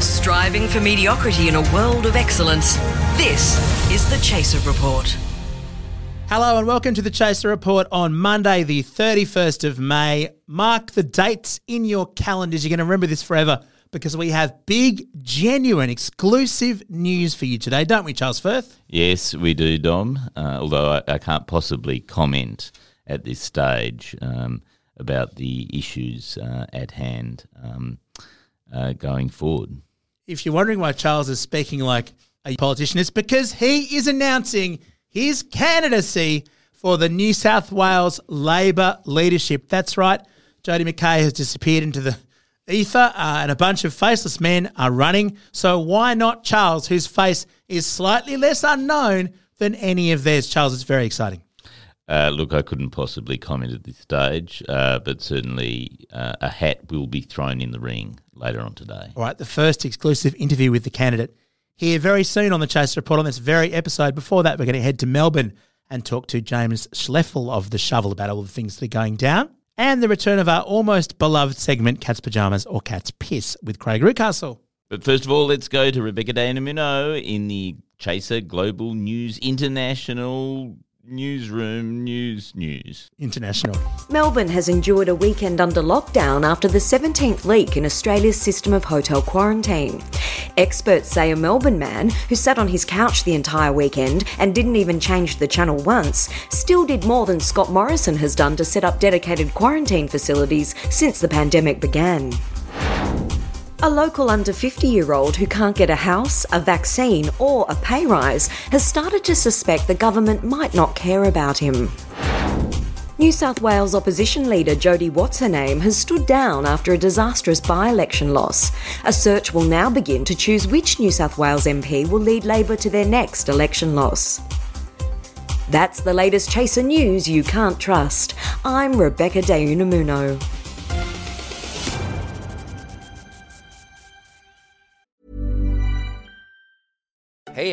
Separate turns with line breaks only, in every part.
Striving for mediocrity in a world of excellence. This is the Chaser Report.
Hello and welcome to the Chaser Report on Monday, the 31st of May. Mark the dates in your calendars. You're going to remember this forever because we have big, genuine, exclusive news for you today, don't we, Charles Firth?
Yes, we do, Dom. Uh, although I, I can't possibly comment at this stage um, about the issues uh, at hand um, uh, going forward.
If you're wondering why Charles is speaking like a politician, it's because he is announcing his candidacy for the New South Wales Labor leadership. That's right, Jodie McKay has disappeared into the ether, uh, and a bunch of faceless men are running. So why not Charles, whose face is slightly less unknown than any of theirs? Charles, it's very exciting.
Uh, look, I couldn't possibly comment at this stage, uh, but certainly uh, a hat will be thrown in the ring later on today.
All right, the first exclusive interview with the candidate here very soon on the Chase Report on this very episode. Before that, we're going to head to Melbourne and talk to James Schleffel of The Shovel about all the things that are going down and the return of our almost beloved segment, Cat's Pajamas or Cat's Piss, with Craig Rucastle.
But first of all, let's go to Rebecca Danamino in the Chaser Global News International newsroom news news.
International.
Melbourne has endured a weekend under lockdown after the 17th leak in Australia's system of hotel quarantine. Experts say a Melbourne man who sat on his couch the entire weekend and didn't even change the channel once still did more than Scott Morrison has done to set up dedicated quarantine facilities since the pandemic began. A local under 50 year old who can't get a house, a vaccine, or a pay rise has started to suspect the government might not care about him. New South Wales opposition leader Jodie What's her name has stood down after a disastrous by election loss. A search will now begin to choose which New South Wales MP will lead Labor to their next election loss. That's the latest Chaser news you can't trust. I'm Rebecca De Unamuno.
Hey,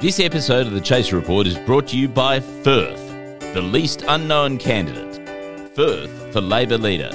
This episode of the Chaser Report is brought to you by Firth, the least unknown candidate. Firth for Labor leader.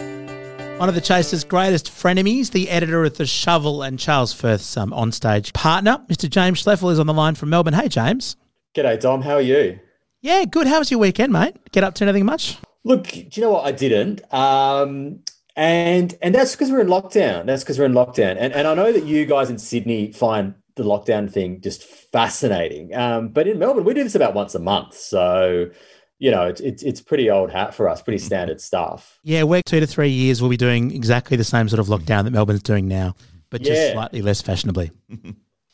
One of the Chaser's greatest frenemies, the editor at The Shovel and Charles Firth's um, onstage partner, Mr. James Schleffel, is on the line from Melbourne. Hey, James.
G'day, Dom. How are you?
Yeah, good. How was your weekend, mate? Get up to anything much?
Look, do you know what? I didn't. Um, and and that's because we're in lockdown. That's because we're in lockdown. And and I know that you guys in Sydney find the lockdown thing just fascinating. Um, but in Melbourne, we do this about once a month. So, you know, it's it's, it's pretty old hat for us, pretty standard stuff.
Yeah, we're two to three years. We'll be doing exactly the same sort of lockdown that Melbourne's doing now, but just
Yeah.
slightly less fashionably.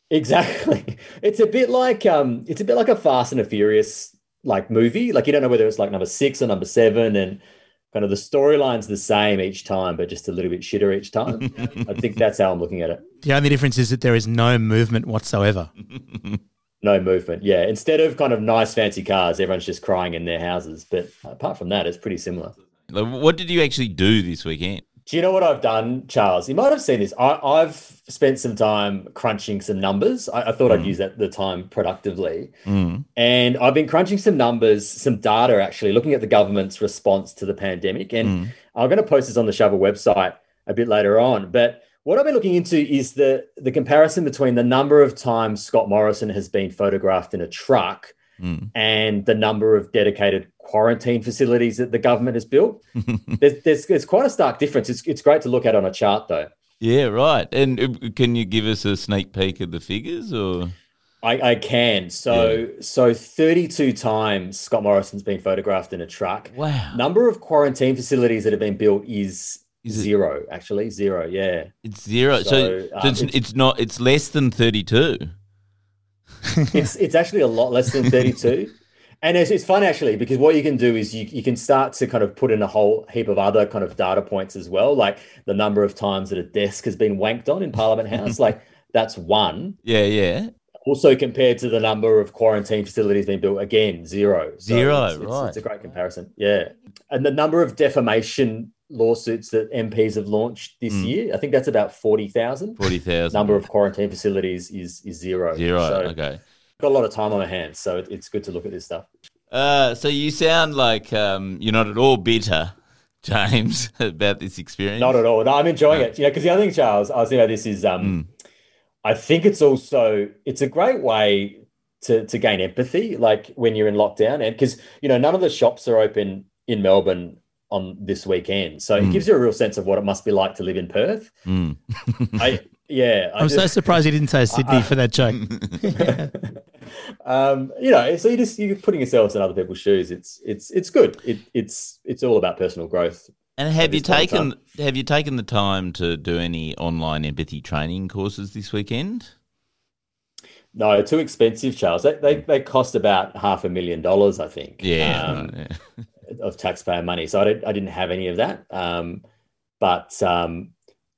Exactly. It's a bit like um, it's a bit like a Fast and a Furious like movie. Like you don't know whether it's like number six or number seven, and kind of the storyline's the same each time, but just a little bit shitter each time. I think that's how I'm looking at it.
The only difference is that there is no movement whatsoever.
No movement. Yeah. Instead of kind of nice fancy cars, everyone's just crying in their houses. But apart from that, it's pretty similar.
What did you actually do this weekend?
Do you know what I've done, Charles? You might have seen this. I, I've spent some time crunching some numbers. I, I thought I'd use that the time productively. And I've been crunching some numbers, some data actually, looking at the government's response to the pandemic. And I'm going to post this on the Shovel website a bit later on. But what I've been looking into is the, the comparison between the number of times Scott Morrison has been photographed in a truck and the number of dedicated quarantine facilities that the government has built there's, there's, there's quite a stark difference. It's, it's great to look at on a chart, though.
Yeah, right. And uh, can you give us a sneak peek of the figures or
I, I can. So, so 32 times Scott Morrison's been photographed in a truck.
Wow.
Number of quarantine facilities that have been built is,
Is it-
zero, actually. Zero, yeah.
it's zero. So,
So,
so
um,
it's, it's,
it's-
not it's less than 32.
It's, it's actually a lot less than 32. And it's, it's fun actually because what you can do is you, you can start to kind of put in a whole heap of other kind of data points as well, like the number of times that a desk has been wanked on in Parliament House. like that's one.
Yeah, yeah.
Also compared to the number of quarantine facilities being built, again zero. So
Zero,
it's- it's-
right.
It's a great comparison. Yeah, and the number of defamation lawsuits that MPs have launched this
Hmm.
year, I think that's about forty thousand.
40,000.
Number of quarantine facilities is is zero.
Zero.
So
okay.
got a lot of time on my hands, so it, it's good to look at this stuff.
Uh, so you sound like um, you're not at all bitter, James, about this experience.
Not at all. No, I'm enjoying it. You know, because the other thing, Charles, I was thinking about this is um,
Mm.
I think it's also it's a great way to to gain empathy, like when you're in lockdown, and because you know none of the shops are open in Melbourne on this weekend, so
Mm.
it gives you a real sense of what it must be like to live in Perth.
Mm.
I yeah, I
I'm so
just-
surprised you didn't say Sydney for that joke.
um, you know, so you just you're putting yourselves in other people's shoes. It's it's it's good. It, it's it's all about personal growth.
And have you
Just one
taken have you taken the time to do any online empathy training courses this weekend?
No, too expensive, Charles. They, they, they cost about half a million dollars, I think.
Yeah,
um,
right, yeah.
of taxpayer money. So I didn't I didn't have any of that. Um, but um,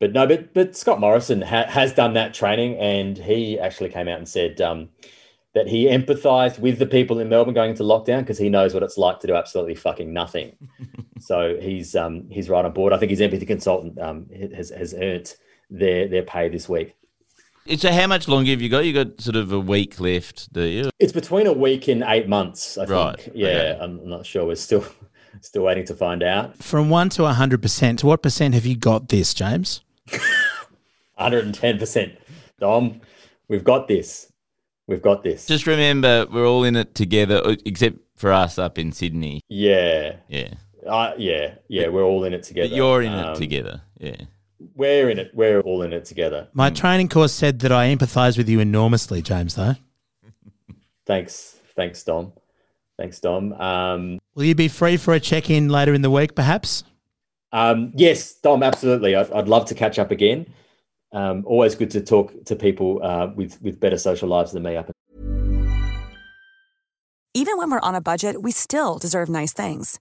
but no, but but Scott Morrison ha- has done that training, and he actually came out and said um, that he empathised with the people in Melbourne going into lockdown because he knows what it's like to do absolutely fucking nothing. so he's um, he's right on board. I think his empathy consultant um, has has earned their their pay this week.
So how much longer have you got? You got sort of a week left, do you?
It's between a week and eight months, I
Right,
think. Yeah,
okay.
I'm not sure. We're still still waiting to find out.
From one to hundred percent, to what percent have you got this, James?
110%. Dom, we've got this. We've got this.
Just remember, we're all in it together, uh, except for us up in Sydney.
yeah.
Yeah,
Uh, yeah. Yeah. We're all in it together.
but you're in it
Um,
together. Yeah,
We're in it. We're all in it together.
My training course said that I empathise with you enormously, James. Though,
Thanks. Thanks, Dom. Thanks, Dom. Um,
will you be free for a check-in later in the week, perhaps?
um, yes, Dom, absolutely. I'd, I'd love to catch up again. Um, always good to talk to people uh, with, with better social lives than me up
Even when we're on a budget, we still deserve nice things.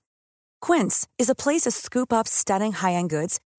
Quince is a place to scoop up stunning high end goods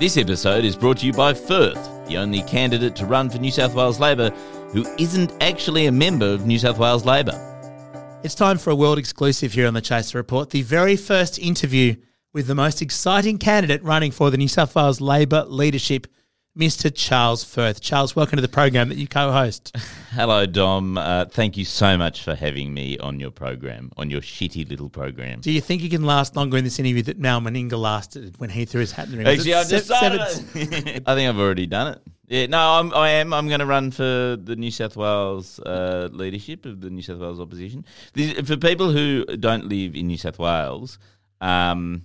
This episode is brought to you by Firth, the only candidate to run for New South Wales Labor who isn't actually a member of New South Wales Labor.
It's time for a world exclusive here on the Chaser Report. The very first interview with the most exciting candidate running for the New South Wales Labor leadership, Mr. Charles Firth. Charles, welcome to the program that you co-host.
Hello, Dom. Uh, thank you so much for having me on your program, on your shitty little program.
Do you think you can last longer in this interview that Mal Meninga lasted when he threw his hat in the ring? Was
Actually,
it
I've just
se-
started.
seven-
it. I think I've already done it. Yeah, no, I'm, I am. I'm going to run for the New South Wales uh, leadership of the New South Wales opposition. The, for people who don't live in New South Wales, um,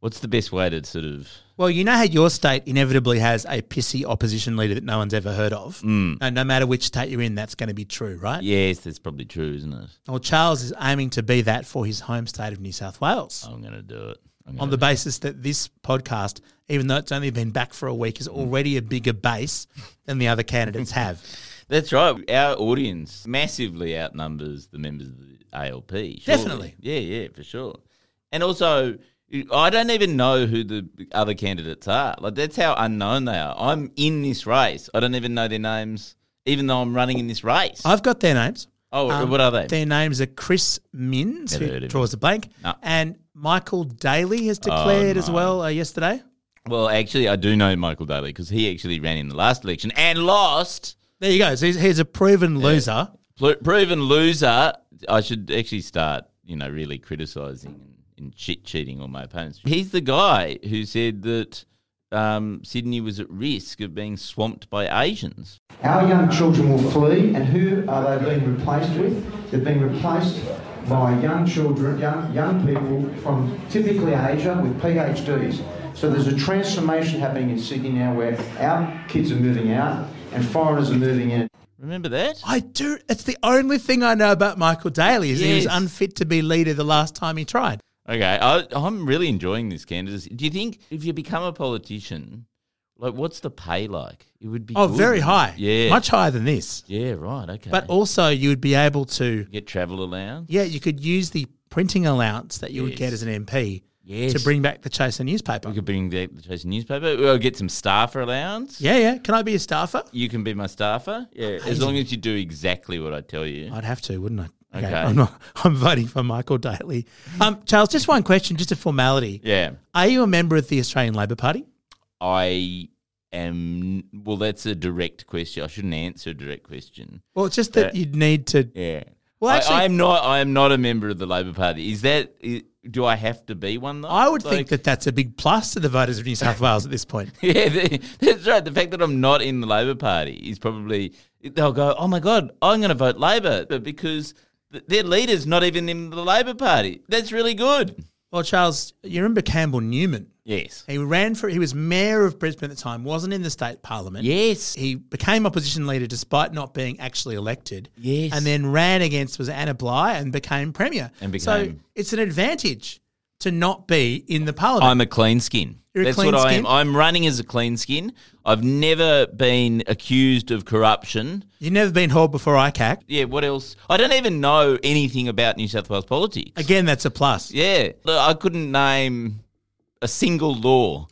what's the best way to sort of?
Well, you know how your state inevitably has a pissy opposition leader that no one's ever heard of.
Mm.
And no matter which state you're in, that's going to be true, right?
Yes, that's probably true, isn't it?
Well, Charles is aiming to be that for his home state of New South Wales.
I'm going to do it. I'm
on
gonna,
the basis that this podcast, even though it's only been back for a week, is already a bigger base than the other candidates have.
that's right. Our audience massively outnumbers the members of the ALP. surely.
Definitely.
Yeah, yeah, for sure. And also, I don't even know who the other candidates are. Like that's how unknown they are. I'm in this race. I don't even know their names, even though I'm running in this race.
I've got their names.
oh,
Um,
what are they?
Their names are Chris Minns,
Never heard of
who
him.
draws a blank,
No. Oh,
and Michael Daly has declared as well uh, yesterday.
well, actually, I do know Michael Daly because he actually ran in the last election and lost.
There you go. So he's, he's a proven loser.
Pl- proven loser. I should actually start, you know, really criticising and, and shit cheating on my opponents. He's the guy who said that um, Sydney was at risk of being swamped by Asians.
Our young children will flee, and who are they being replaced with? They're being replaced by young children, young, young people from typically Asia with PhDs. So there's a transformation happening in Sydney now where our kids are moving out and foreigners are moving in.
Remember that?
I do. It's the only thing I know about Michael Daly is he was
Yes.
unfit to be leader the last time he tried.
Okay, I, I'm really enjoying this candidacy. Do you think if you become a politician, like what's the pay like? It would be
Oh,
good,
very
wouldn't it?
high.
Yeah,
Much higher than this.
Yeah, right. Okay,
But also, you would be able to,
get travel allowance.
yeah, you could use the printing allowance that you would get
Yes.
as an MP
Yes.
to bring back the Chaser newspaper.
We could bring the, the Chase newspaper. We'll get some staffer allowance.
Yeah, yeah. Can I be a staffer?
You can be my staffer. Yeah, as long as you do exactly what I tell you.
I'd have to, wouldn't I?
Okay.
I'm, not, I'm voting for Michael Daly. Um, Charles, just one question, just a formality.
yeah,
Are you a member of the Australian Labor Party?
I am. Well, that's a direct question. I shouldn't answer a direct question.
Well, it's just that you'd need to.
Yeah.
Well, actually-
I, I'm not. I am not a member of the Labor Party. Is that? i do I have to be one though?
I would
Like-
think that that's a big plus to the voters of New South Wales at this point.
Yeah, th- that's right. The fact that I'm not in the Labor Party is probably they'll go, "Oh my god, I'm going to vote Labor," but because th- their leader's not even in the Labor Party. That's really good.
Well, Charles, you remember Campbell Newman?
Yes.
He ran for, he was mayor of Brisbane at the time, wasn't in the state parliament.
Yes.
He became opposition leader despite not being actually elected.
Yes.
And then ran against was Anna Bligh and became premier.
And
so
became-
it's an advantage to not be in the parliament.
I'm a clean skin.
You're a
That's
clean
what I
skin?
am. I'm running as a clean skin. I've never been accused of corruption.
You've never been hauled before ICAC.
Yeah, what else? I don't even know anything about New South Wales politics.
Again, that's a plus.
Yeah. Look, I couldn't name a single law.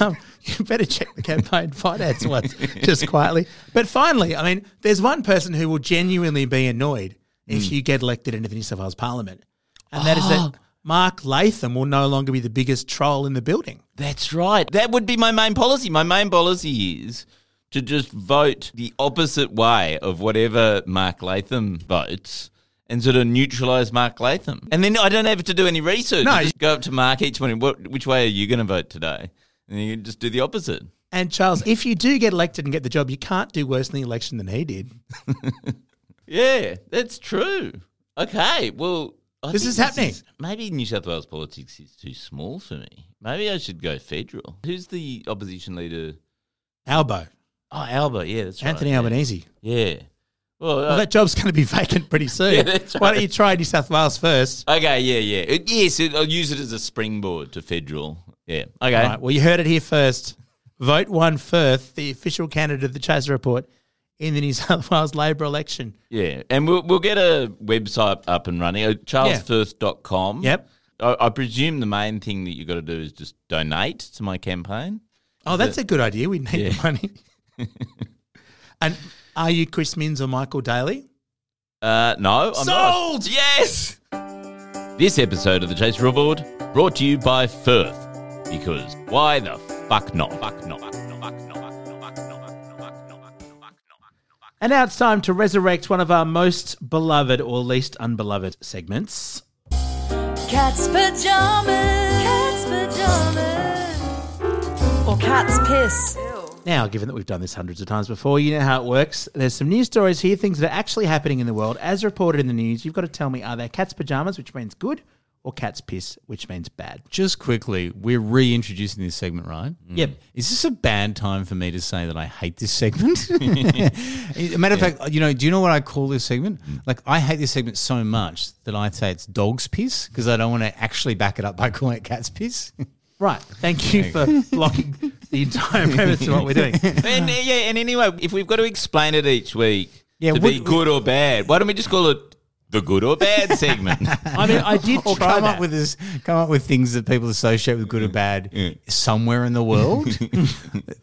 Um, you better check the campaign finance once, just quietly. But finally, I mean, there's one person who will genuinely be annoyed if
Hmm.
you get elected into the New South Wales Parliament, and that is
Oh.
that Mark Latham will no longer be the biggest troll in the building.
That's right. That would be my main policy. My main policy is to just vote the opposite way of whatever Mark Latham votes and sort of neutralise Mark Latham. And then I don't have to do any research.
No.
I just go up to Mark each morning. What, which way are you going to vote today? And you can just do the opposite.
And Charles, if you do get elected and get the job, you can't do worse in the election than he did.
Yeah, that's true. Okay, well. I
This
think
is happening.
maybe New South Wales politics is too small for me. Maybe I should go federal. Who's the opposition leader?
Albo,
Oh, Albert. Yeah, that's right.
Anthony
yeah.
Albanese.
Yeah. Well,
Well,
uh,
that job's going to be vacant pretty soon.
Yeah, that's
Why
right.
don't you try New South Wales first?
okay, yeah, yeah. It, yes, it, I'll use it as a springboard to federal. Yeah. Okay.
All right. Well, you heard it here first. Vote one Firth, the official candidate of the Chaser Report in the New South Wales Labor election.
Yeah. And we'll, we'll get a website up and running, uh, charlesfirth.com.
Yep.
I, I presume the main thing that you've got to do is just donate to my campaign.
Oh, that's a good idea. We need the money. and are you Chris Minns or Michael Daly?
Uh, no, I'm not.
Sold!
Yes! This episode of The Chase Reward brought to you by Firth. Because why the fuck not? Fuck not. Fuck not. Fuck not. Fuck not. Fuck not. Fuck not. Fuck not.
And now it's time to resurrect one of our most beloved or least unbeloved segments.
Cat's pajamas. Cat's pajamas. Or cat's piss.
Now, given that we've done this hundreds of times before, you know how it works. There's some news stories here, things that are actually happening in the world as reported in the news. You've got to tell me are they cat's pajamas, which means good, or cat's piss, which means bad?
Just quickly, we're reintroducing this segment, right?
Yep.
Is this a bad time for me to say that I hate this segment? a matter of fact, you know, do you know what I call this segment?
Hmm.
Like, I hate this segment so much that I say it's dog's piss because I don't want to actually back it up by calling it cat's piss.
Right. Thank you for blocking the entire premise of what we're doing.
And uh, yeah, and anyway, if we've got to explain it each week
Uh-huh. Yeah,
to
would-
be good or bad, why don't we just call it the good or bad segment?
I mean, I did
or
try
come
that.
up with this, come up with things that people associate with good or bad somewhere in the world.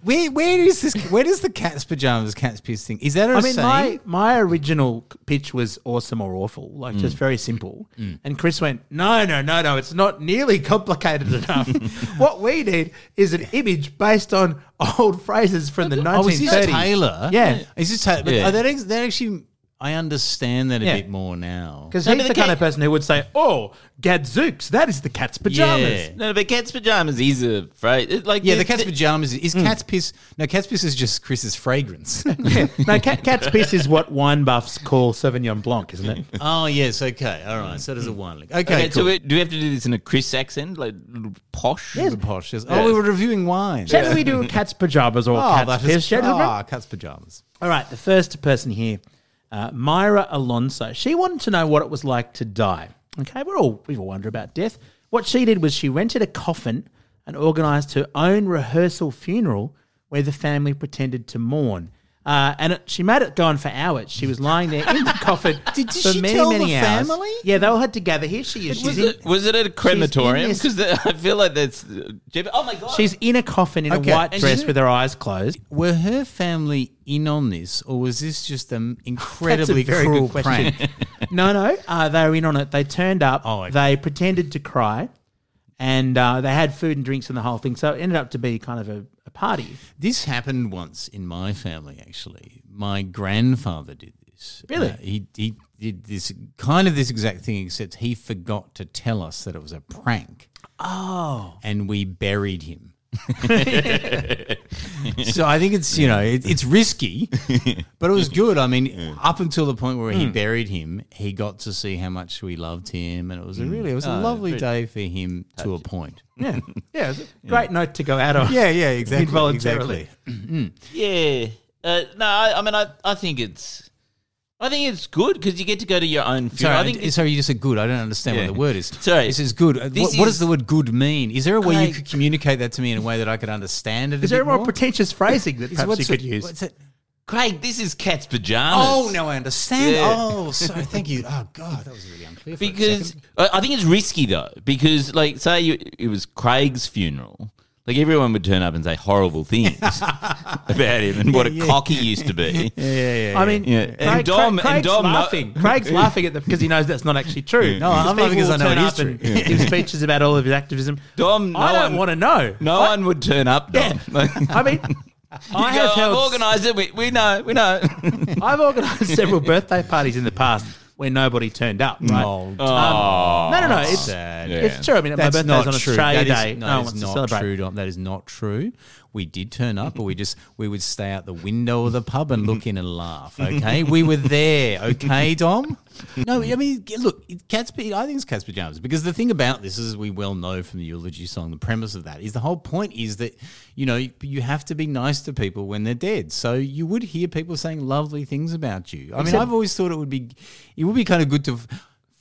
where where is this? Where does the cat's pajamas, cat's piss thing? Is that a
I mean,
saying?
my, my original pitch was awesome or awful, like just
Mm.
very simple. And Chris went, no, no, no, no, it's not nearly complicated enough. what we need is an image based on old phrases from the 1930s.
Oh, is this Taylor?
Yeah.
Is this Taylor? But
Yeah.
are that, ex- that actually, I understand that a
Yeah.
bit more now.
Because
No,
he's
but
the
the
kind of
cat-
person who would say, "Oh, gadzooks, that is the cat's pajamas."
Yeah.
No, but cat's pajamas is a phrase. It, like
Yeah, the
there's-
cat's pajamas is cat's piss. No, cat's piss is just Chris's fragrance.
no, cat, cat's piss is what wine buffs call Sauvignon Blanc, isn't it?
oh yes, okay, all right. So does a wine lick. Okay,
Okay,
cool.
so we- do we have to do this in a Chris accent, like little posh?
Yes. Posh, yes. Oh, we were reviewing wine.
Shall we do cat's pajamas or
Oh,
cat's
that
piss,
is
gentlemen?
ah, cat's pajamas.
All right, the first person here, uh, Myra Alonso. She wanted to know what it was like to die. Okay, we're all we all wonder about death. What she did was she rented a coffin and organised her own rehearsal funeral where the family pretended to mourn. Uh, and it, she made it go on for hours. She was lying there in the coffin
Did- did
for
she
many,
tell the
many hours.
family?
Yeah, they all had to gather. Here she is. She's
Was
in,
it, was it at a crematorium?
this-
Because I feel like that's. Oh my god!
she's in a coffin in
Okay,
a white
and
dress
she-
with her eyes closed.
Were her family in on this, or was this just an incredibly
very
cruel
good question.
prank?
No, no, uh, they were in on it. They turned up.
Oh, okay.
They pretended to cry, and uh, they had food and drinks and the whole thing. So it ended up to be kind of a, a party.
This happened once in my family, actually. My grandfather did this.
Really?
Uh, he, he did this kind of this exact thing, except he forgot to tell us that it was a prank. Oh. And we buried him. so I think it's, you know, it, it's risky, but it was good. I mean, up until the point where he buried him, he got to see how much we loved him. And it was a really, it was a lovely day for him to a point.
Yeah, yeah, it was a great note to go out on.
Yeah, yeah, exactly.
Involuntarily.
exactly.
yeah. Uh, no, I, I mean, I, I think it's, I think it's good because you get to go to your own funeral.
Sorry,
I think
I- sorry, you said good. I don't understand
Yeah.
what the word is.
Sorry.
this is good. Uh,
This
what, what
is-
does the word good mean? Is there a way
Like-
you could communicate that to me in a way that I could understand it?
Is
a
there a
bit
more,
more?
pretentious phrasing that
Is-
perhaps
what's
you could
it-
use?
what's it-
Craig, this is cat's pajamas.
Oh no, I understand.
Yeah.
Oh, sorry. Thank you. Oh God, that was really unclear. for a
because
second.
I I think it's risky though. Because like, say you, it was Craig's funeral. Like everyone would turn up and say horrible things about him and what a cock he used to be.
I mean,
yeah.
Craig,
And Dom-
Craig- Craig's
and Dom-
laughing. Craig's laughing at the because he knows that's not actually true.
No, I'm
These
laughing
people
'cause I know
will
it
turn
is
up and
true.
Give speeches about all of his activism.
Dom,
I
no
don't
one-
want to know.
No one would turn up. Dom. Like-
I mean, I
You
have
go, I've
held
organised it. We, we know. We know.
I've organised several birthday parties in the past where nobody turned up. Right?
Oh,
Um, no, no, no. It's,
sad.
it's true. I mean,
That's
my birthday's
not
on
true.
Australia
That is-
Day. no
no,
one
that
wants
is
to
not
celebrate.
true. Dom. That is not true. We did turn up, but we just we would stay out the window of the pub and look in and laugh. Okay, we were there. Okay, Dom. No, I mean, g- look, it- cat's. pa- I think it's cat's pajamas because the thing about this is we well know from the eulogy song. The premise of that is the whole point is that you know you have to be nice to people when they're dead. So you would hear people saying lovely things about you. I mean, I've always thought it would be it would be kind of good to. f-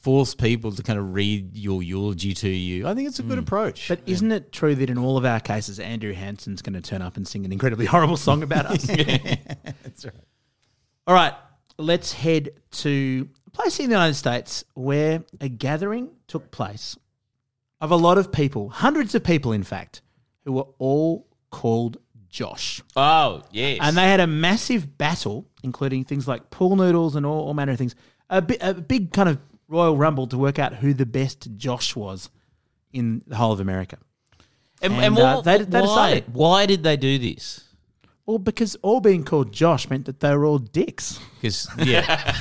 force people to kind of read your eulogy to you. I think it's a good approach.
But isn't it true that in all of our cases, Andrew Hansen's going to turn up and sing an incredibly horrible song about us? All right, let's head to a place in the United States where a gathering took place of a lot of people, hundreds of people, in fact, who were all called Josh.
oh
Uh,
yes.
And they had a massive battle, including things like pool noodles and all, all manner of things. A, bi- a big kind of royal rumble to work out who the best Josh was in the whole of America.
and,
and,
what-
uh, they- they
why?
decided.
Why did they do this?
Well, because all being called Josh meant that they were all dicks.
Because yeah,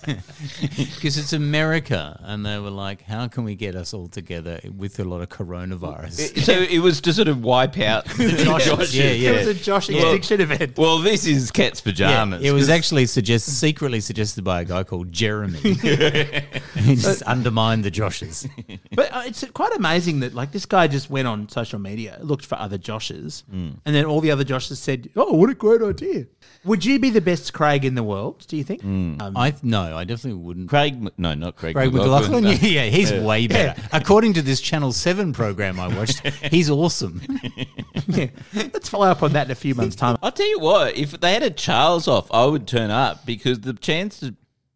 because it's America, and they were like, "How can we get us all together with a lot of coronavirus?"
So it was to sort of wipe out the Joshes.
yeah, yeah.
It was a Josh
Yeah.
extinction event.
Well, this is cat's pajamas.
it
'cause-
was actually suggest secretly suggested by a guy called Jeremy. he just undermined the Joshes.
But uh, it's quite amazing that like this guy just went on social media, looked for other Joshes, and then all the other Joshes said, "Oh, what a great idea! Would you be the best Craig in the world? Do you think?" Um,
I no, I definitely wouldn't.
Craig. M- No, not Craig.
Craig
McLaughlin.
McLaughlin, yeah, he's way better. According to this Channel Seven program I watched, he's awesome.
yeah. Let's follow up on that in a few months' time.
I'll tell you what. If they had a Charles off, I would turn up because the chance to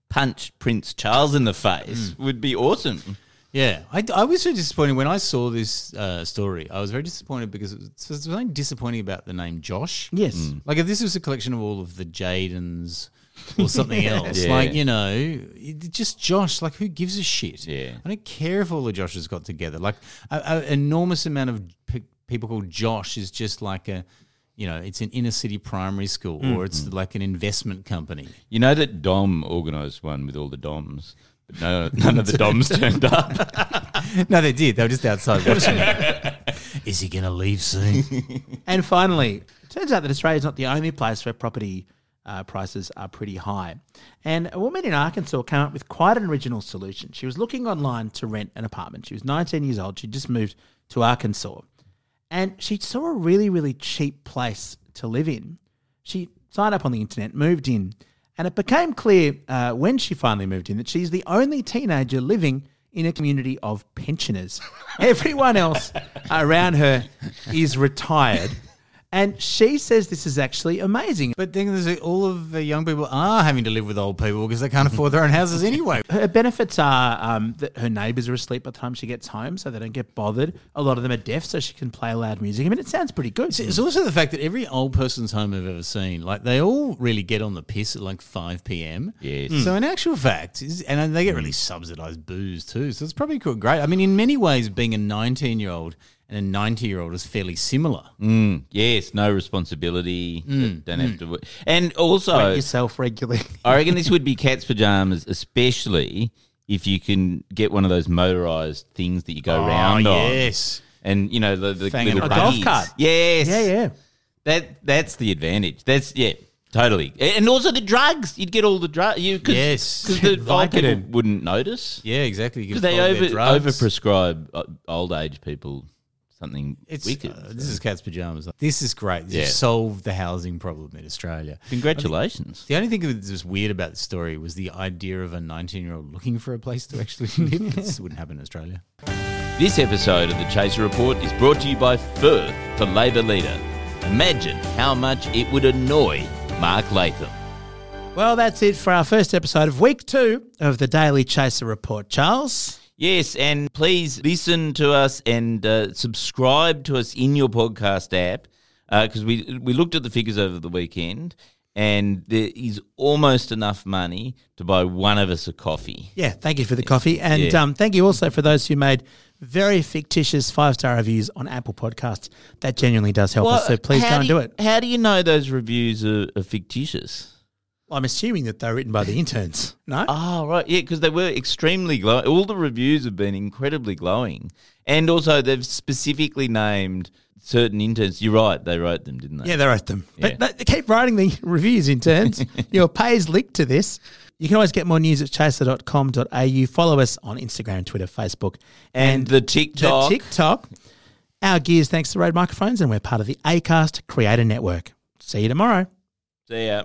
punch Prince Charles in the face would be awesome.
Yeah, I, I was so disappointed when I saw this uh, story. I was very disappointed because it was, there was something disappointing about the name Josh.
Yes. Mm.
like if this was a collection of all of the Jadens or something else,
Yeah.
like you know, it- just Josh. Like who gives a shit?
Yeah.
I don't care if all the Joshes got together. Like an enormous amount of p- people called Josh is just like a you know, it's an inner city primary school or it's like an investment company.
You know that Dom organised one with all the Doms, but no, none of the Doms turned up.
no, they did. They were just outside watching. Is he going to leave soon?
And finally, it turns out that Australia is not the only place where property uh, prices are pretty high. And a woman in Arkansas came up with quite an original solution. She was looking online to rent an apartment. She was 19 years old. She just moved to Arkansas. And she saw a really, really cheap place to live in. She signed up on the internet, moved in, and it became clear uh, when she finally moved in that she's the only teenager living in a community of pensioners. Everyone else around her is retired. And she says this is actually amazing.
But then there's all of the young people are having to live with old people because they can't afford their own houses anyway.
Her benefits are um, that her neighbors are asleep by the time she gets home, so they don't get bothered. A lot of them are deaf, so she can play loud music. I mean, it sounds pretty good.
It's also the fact that every old person's home I've ever seen, like they all really get on the piss at like 5 p.m.
Yes. Hmm.
So in actual fact, is- and they get really subsidized booze too. So it's probably quite great. I mean, in many ways, being a 19 year old and a 90 year old is fairly similar.
yes, no responsibility. Don't have to. wo- And also,
Wet yourself regularly.
I reckon this would be cat's pajamas, especially if you can get one of those motorized things that you go round on.
yes.
And you know the, the
Fang it
little
a golf
buggies.
cart.
Yes.
yeah, yeah.
That that's the advantage. That's yeah, totally. A- And also the drugs. You'd get all the drugs. You cause,
Yes.
'cause the old people
Vicodin.
wouldn't notice.
Yeah, exactly. You
Because
can
they
follow their
over
drugs.
overprescribe uh, old age people something
It's,
wicked.
uh, this is cat's pajamas. This is great. You've
Yeah.
solved the housing problem in Australia.
Congratulations.
The only thing that was weird about the story was the idea of a 19 year old looking for a place to actually live. this wouldn't happen in Australia.
This episode of the Chaser Report is brought to you by Firth for Labor Leader. Imagine how much it would annoy Mark Latham.
Well, that's it for our first episode of week two of the Daily Chaser Report. Charles,
Yes, and please listen to us and uh, subscribe to us in your podcast app because we we looked at the figures over the weekend and there is almost enough money to buy one of us a coffee.
yeah, thank you for the coffee, and
Yeah.
um, thank you also for those who made very fictitious five star reviews on Apple Podcasts. That genuinely does help us. So please go
how
and
do
do
you-
it.
How do you know those reviews are, are fictitious?
I'm assuming that they're written by the interns. No,
Oh, right. Yeah, because they were extremely glowing. All the reviews have been incredibly glowing. And also, they've specifically named certain interns. You're right. They wrote them, didn't they?
Yeah, they wrote them.
Yeah.
But But they keep writing the reviews in turns. Your pay's linked to this. You can always get more news at chaser.com.au. Follow us on Instagram, Twitter, Facebook,
And the TikTok.
The TikTok. Our gears, thanks to Rode Microphones, and we're part of the ACAST Creator Network. See you tomorrow.
See ya.